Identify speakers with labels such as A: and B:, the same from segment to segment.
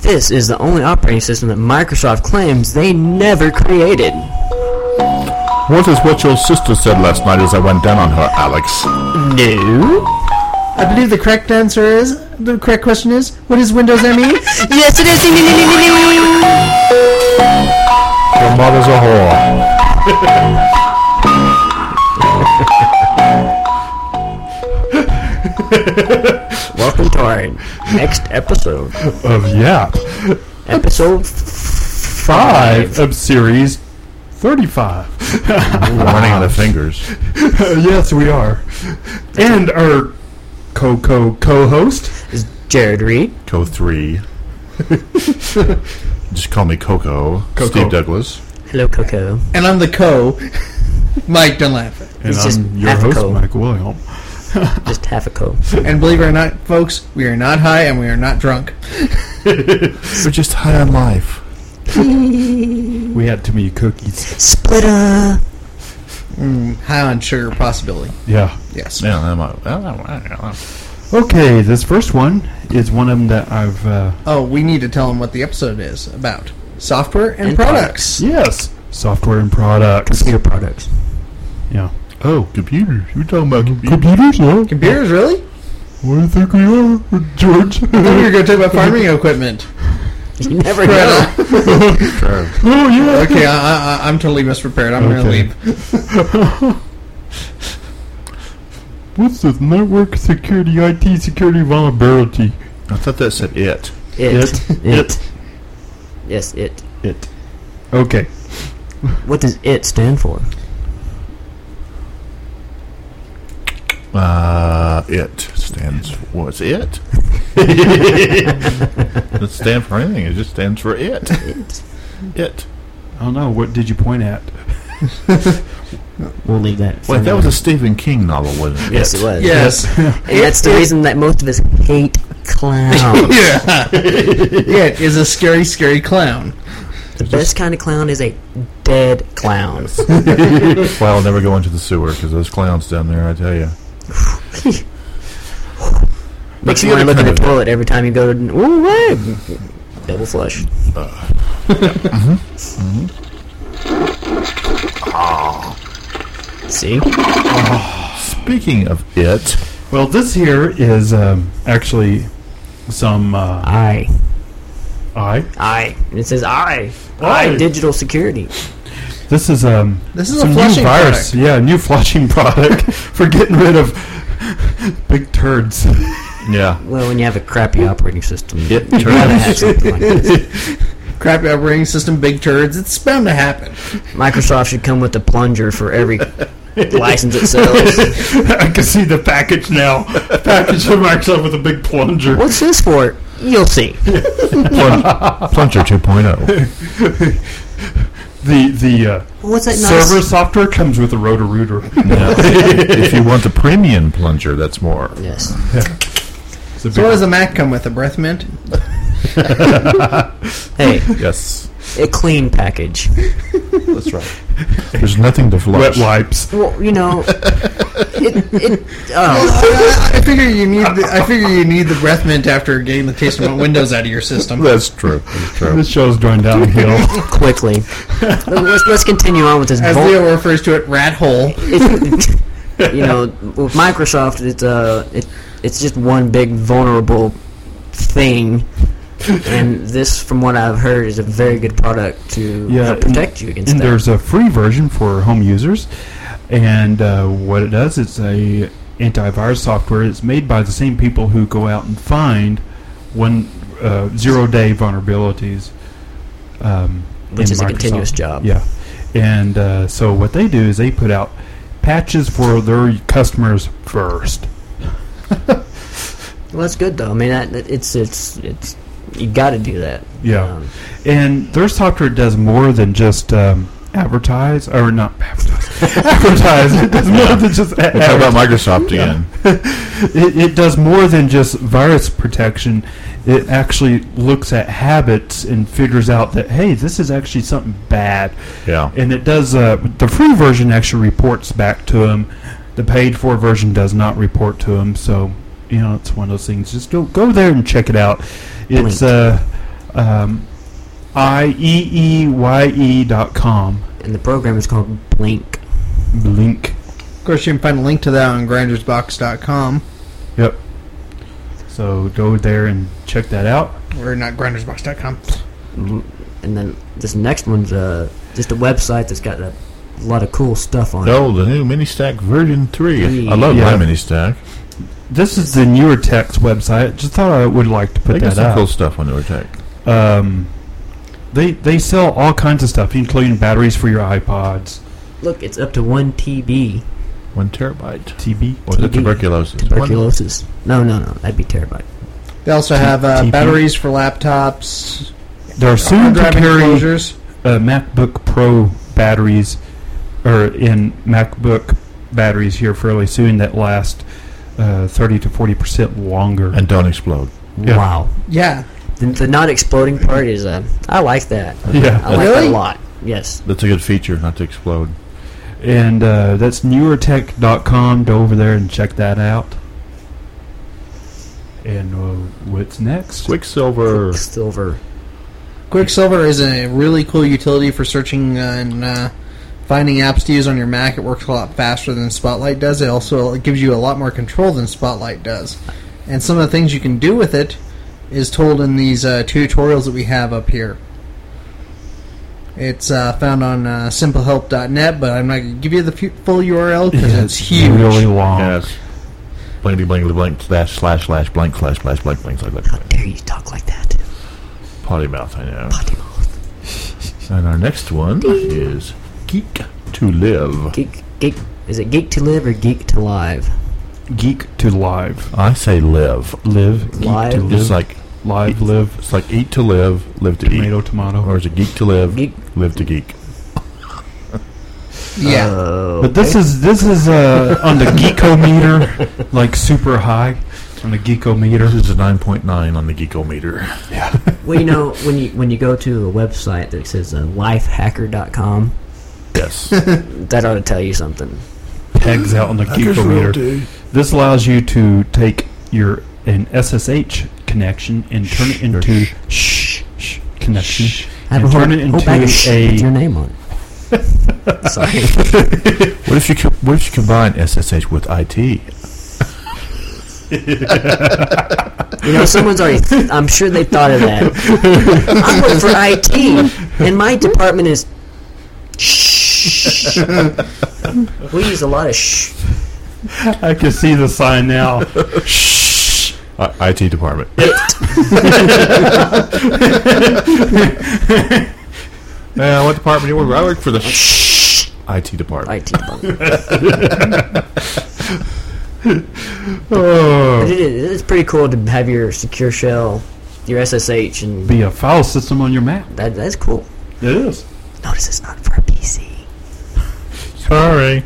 A: this is the only operating system that Microsoft claims they never created.
B: What is what your sister said last night as I went down on her, Alex?
A: No?
C: I believe the correct answer is the correct question is what is Windows E? ME?
A: Yes, it is.
B: Your mother's a whore.
A: Welcome to our next episode.
B: Of Yap.
A: Episode f-
D: Five of series 35.
B: We're running out of fingers.
D: yes, we are. And our co co co host.
A: is Jared Reed.
B: Co three. Just call me Coco.
D: Coco.
B: Steve Douglas.
A: Hello, Coco.
C: and I'm the co. Mike Dunlap.
D: And
A: It's just
D: I'm your
A: half
D: host,
A: co.
D: Mike William.
A: Just half a co.
C: And believe it or not, folks, we are not high and we are not drunk.
B: We're just high on life.
D: We had too many cookies.
A: Split up.
C: Mm, high on sugar possibility.
D: Yeah.
C: Yes.
B: Yeah, I'm a, I don't know, I don't know.
D: Okay, this first one is one of them that I've. Uh,
C: Oh, we need to tell them what the episode is about. Software and,
A: And
C: products.
D: yes! Software and products.
A: Computer products.
D: Yeah.
B: Oh, computers. You're talking about computers.
D: Computers, yeah.
C: Computers, really?
D: What do you think we are, George?
C: I thought we were going to talk about farming equipment.
A: You never know.
D: oh, yeah.
C: Okay, I, I, I'm totally misprepared. I'm going to
D: Okay.
C: leave.
D: What's this network security, IT security vulnerability?
B: I thought that said it.
A: It.
D: It.
A: It.
D: It.
A: Yes, it.
D: It. Okay.
A: What does it stand for?
B: Uh, it stands for what's it? Doesn't stand for anything. It just stands for it.
A: It.
B: It.
D: I don't know. What did you point at?
A: We'll leave that. for
B: Wait, that
A: now.
B: was a Stephen King novel, wasn't it?
A: Yes, it was.
C: Yes.
A: And that's the reason that most of us hate clowns.
C: yeah. It is a scary, scary clown.
A: the best kind of clown is a dead clown.
B: Well, I'll never go into the sewer because those clowns down there, I tell you.
A: Makes
B: the
A: you want to
B: other
A: look in the
B: kind of-
A: toilet every time you go to. Ooh, what? Double flush.
B: Uh, Mm-hmm. Mm-hmm.
A: See?
B: Speaking of it,
D: Well, this here is um, actually some uh,
A: I.
D: I.
A: I. It says I.
D: Aye.
A: I. Digital security.
D: This is um.
C: This is
D: some
C: a flushing
D: new virus.
C: product.
D: Yeah, new flushing product for getting rid of big turds.
B: yeah,
A: Well, when you have a crappy operating system, you
B: it
A: gotta have
B: turns.
A: something like this.
C: Crappy operating system, big turds. It's bound to happen.
A: Microsoft should come with a plunger for every license it sells.
D: I can see the package now. Package of Microsoft with a big plunger.
A: What's this for? You'll see.
B: Plun- Plunger oh. 2.0.
D: The the uh,
A: What's that nice?
D: server software comes with a rotor router.
B: Yeah. if you want the premium plunger, that's more.
A: Yes.
D: It's a
C: So, what
D: big-
C: does a Mac come with? A breath mint?
A: Hey,
B: Yes,
A: a clean package.
B: that's right. There's nothing to
D: wet
B: flush.
D: wipes.
A: Well, you know, it, it, oh,
C: I, I figure you need. The, I figure you need the breath mint after getting the taste of Windows out of your system.
B: That's true. That's true.
D: This show's going downhill.
A: quickly. Let's let's continue on with this.
C: As
A: bull-
C: Leo refers to it, rat hole.
A: it's- you know, with Microsoft, it's uh, it, it's just one big vulnerable thing. And this, from what I've heard, is a very good product to
D: Yeah,
A: help protect you against
D: And
A: that.
D: there's a free version for home users, and uh, what it does, it's a antivirus software. It's made by the same people who go out and find one uh, zero day vulnerabilities, um,
A: Which
D: in
A: is a
D: Microsoft.
A: continuous job.
D: Yeah, and uh, so what they do is they put out patches for their customers first.
A: Well, that's good though. I mean, that, that- it's it's it's you got to do that.
D: Yeah.
A: Um,
D: And their software does more than just um, advertise, or not advertise. advertise. It does more than just a-
B: We'll talk about Microsoft again.
D: it, it does more than just virus protection. It actually looks at habits and figures out that hey, this is actually something bad.
B: Yeah.
D: And it does. Uh, the free version actually reports back to them. The paid for version does not report to them. So you know, it's one of those things. Just go go there and check it out. It's
A: Blink.
D: uh, um, E I-E-E-Y-E E dot com.
A: and the program is called Blink.
D: Blink.
C: Of course, you can find a link to that on grindersbox.com.
D: Yep. So go there and check that out.
C: Or not grindersbox.com.
A: And then this next one's uh, just a website that's got a lot of cool stuff on it.
B: Oh, the new mini stack version three. I love
D: Yeah.
B: my mini stack.
D: This is the newer tech's website. Just thought I would like to
B: they
D: put
B: got
D: that
B: some
D: out.
B: cool stuff on their tech.
D: Um, they they sell all kinds of stuff, including batteries for your iPods.
A: Look, it's up to one TB
B: One terabyte.
D: TB.
B: Or is it
A: TB.
B: tuberculosis? One-
A: tuberculosis. No, no, no, that'd be terabyte.
C: They also have
D: TP.
C: uh, batteries for laptops,
D: They're
C: hard
D: soon to
C: drive
D: carry
C: enclosures.
D: uh, MacBook Pro batteries, or in MacBook batteries here fairly soon that last uh, thirty to forty percent longer.
B: And don't explode.
D: Yeah.
A: Wow.
C: Yeah.
A: The, the not exploding part is uh, I like that. I
D: yeah,
A: like that
C: Really?
A: a lot. Yes.
B: That's a good feature, not to explode.
D: and uh, that's newertech.com. Go over there and check that out. And uh, what's next?
B: Quicksilver.
A: Silver.
C: Quicksilver is a really cool utility for searching and uh, finding apps to use on your Mac. It works a lot faster than Spotlight does. It also gives you a lot more control than Spotlight does. And some of the things you can do with it is told in these uh, tutorials that we have up here. It's uh, found on uh, simplehelp.net, but I'm not going to give you the fu- full URL because
D: Yeah,
C: it's huge.
D: really long.
B: Yes. Blinky blinky blink slash slash slash blank slash slash blank blank slash
A: How
B: blank.
A: dare you talk like that?
B: Potty mouth, I know.
A: Potty mouth.
B: And our next one is Geek to Live.
A: Geek, geek. Is it geek to live or geek to live?
D: Geek to live,
B: I say live.
D: live, geek to
A: Live.
D: live,
B: It's like
D: live, live.
B: it's like eat to live, live to
D: Tomato,
B: eat.
D: tomato.
B: Or is it geek to live,
A: Geek.
B: live to geek?
D: uh,
C: Yeah.
A: Oh,
D: But this is this is uh, on the geekometer, like super high on the
B: This
D: geekometer.
B: is a 9.9 on the geekometer.
A: well, you know, when you when you go to a website that says uh, lifehacker.com,
B: Yes.
A: that ought to tell you something.
D: Pegs out on the geekometer. This allows you to take your an SSH connection and turn it
B: Shh, your
D: into
B: shh.
D: shh, shh connection
A: I have
D: and
A: a whole,
D: turn it
A: whole bag of
D: into
A: shit with your
D: a
A: name on it. Sorry.
B: What if you co- what if you combine SSH with IT?
A: You know, someone's already. I'm sure they thought of that. I work for IT, and my department is. Shh. we use a lot of shh.
D: I can see the sign now.
B: I- IT department. Uh, what department do you work for? I work for the IT
A: IT
B: department.
A: department.
D: Oh.
A: But it is, it's pretty cool to have your secure shell, your SSH, and
D: Be a file system on your Mac.
A: that, that's cool.
D: It is.
A: Notice it's not for a PC.
B: Sorry.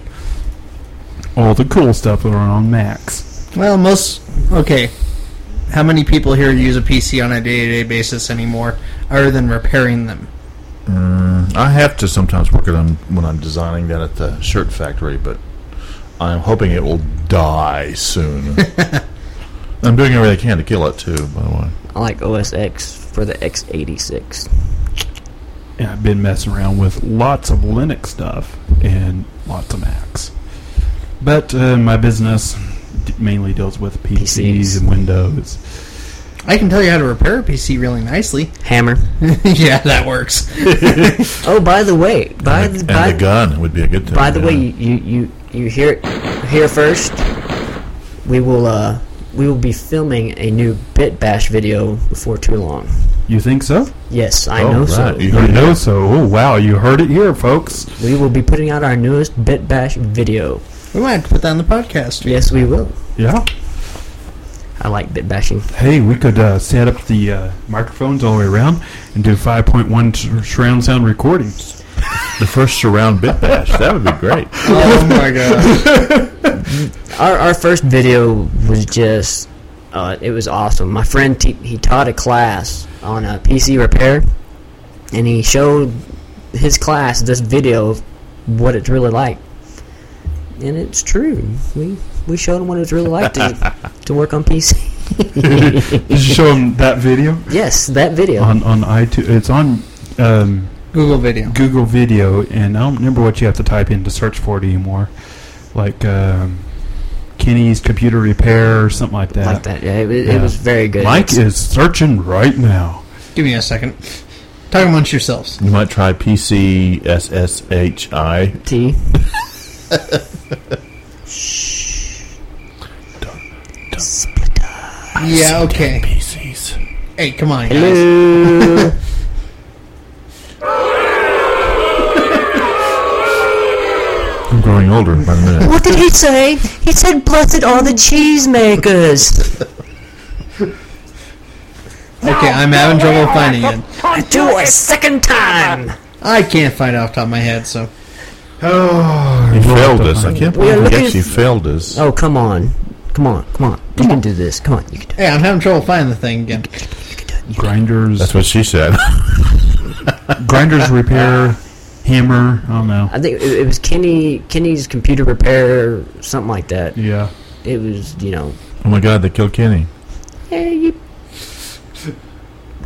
D: All the cool stuff that are on Macs.
C: Well, most okay. How many people here use a PC on a day-to-day basis anymore, other than repairing them?
B: I have to sometimes work it on when I'm designing that at the shirt factory, but I'm hoping it will die soon. I'm doing everything I can to kill it too. By the way,
A: I like OS X for the x86.
D: And I've been messing around with lots of Linux stuff and lots of Macs. But uh, my business d- mainly deals with PCs,
A: PCs.
D: and Windows.
C: I can tell you how to repair a PC really nicely.
A: Hammer.
C: yeah, that works.
A: Oh, by the way, by
B: and,
A: the,
B: and
A: by,
B: the gun would be a good thing.
A: By the
B: yeah.
A: way, you, you you hear it here first. We will uh we will be filming a new Bit Bash video before too long.
D: You think so?
A: Yes, I
B: Oh,
A: know
B: right.
A: so.
B: You
D: I
B: heard it.
D: know so. Oh, wow. You heard it here, folks.
A: We will be putting out our newest Bit Bash video.
C: we might have to put that on the podcast.
A: Yes, we will.
D: Yeah.
A: I like bit bashing.
D: Hey, we could uh, set up the uh, microphones all the way around and do 5.1 sur- surround sound recordings.
B: the first surround bit bash that would be great.
C: Oh my god!
A: Our our first video was just uh, it was awesome. My friend te- he taught a class on uh, PC repair, and he showed his class this video of what it's really like. And it's true. We we showed him what it's really like to to work on PC.
D: Did you show them that video
A: Yes, that video.
D: on on iTunes? It's on um,
C: Google Video.
D: Google Video, and I don't remember what you have to type in to search for it anymore. Like um, Kenny's computer repair or something like that.
A: like that. Yeah, it, it
D: Yeah.
A: was very good.
D: Mike
A: It's-
D: is searching right now.
C: Give me a second. Talk amongst yourselves.
B: You might try PCSSHI.
A: T.
C: Yeah, okay.
B: PCs.
C: Hey, come on, guys.
A: Hello.
B: I'm growing older by the minute.
A: what did he say? He said, "Blessed are the cheesemakers."
C: Okay, I'm having trouble finding it.
A: Do a second time.
C: I can't find it off the top of my head, so.
D: Oh,
B: You failed us. I can't
A: We are
B: believe you
A: looking-
B: actually failed us.
A: Oh, come on, come on, come on. You can do this. Come on, you can do
C: Hey, I'm having trouble finding the thing again.
D: grinders,
B: That's what she said.
D: grinders repair, hammer. I don't know.
A: I think it, it was Kenny Kenny's computer repair, or something like that.
D: Yeah,
A: It was, you know,
B: oh my god, they killed Kenny.
A: hey, you.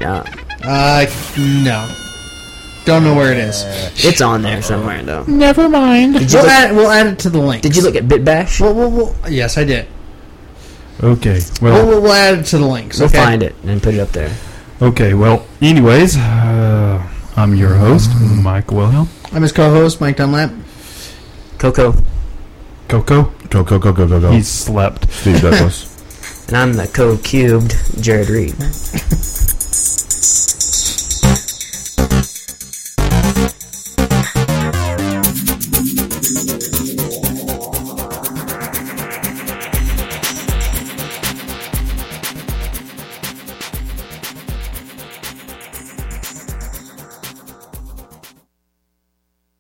A: Nah,
C: Uh, no. Don't know where it is.
A: it's on there somewhere though.
C: Never mind.
A: you
C: We'll,
A: look-
C: add, we'll add it to the link.
A: Did you look at Bitbash?
C: We'll, we'll, we'll, yes, I did.
D: Okay.
C: We'll,
D: Well,
C: we'll, we'll add it to the links.
A: We'll
C: Okay?
A: find it and put it up there.
D: okay. Well, anyways, uh, I'm your host,
A: Mm-hmm.
D: Mike Wilhelm.
C: I'm his co-host, Mike Dunlap.
A: Coco,
D: Coco,
B: Go, go, go, go, go,
A: Oh.
B: go.
D: he's slept.
B: Steve Douglas.
A: and I'm the co-cubed Jared Reed.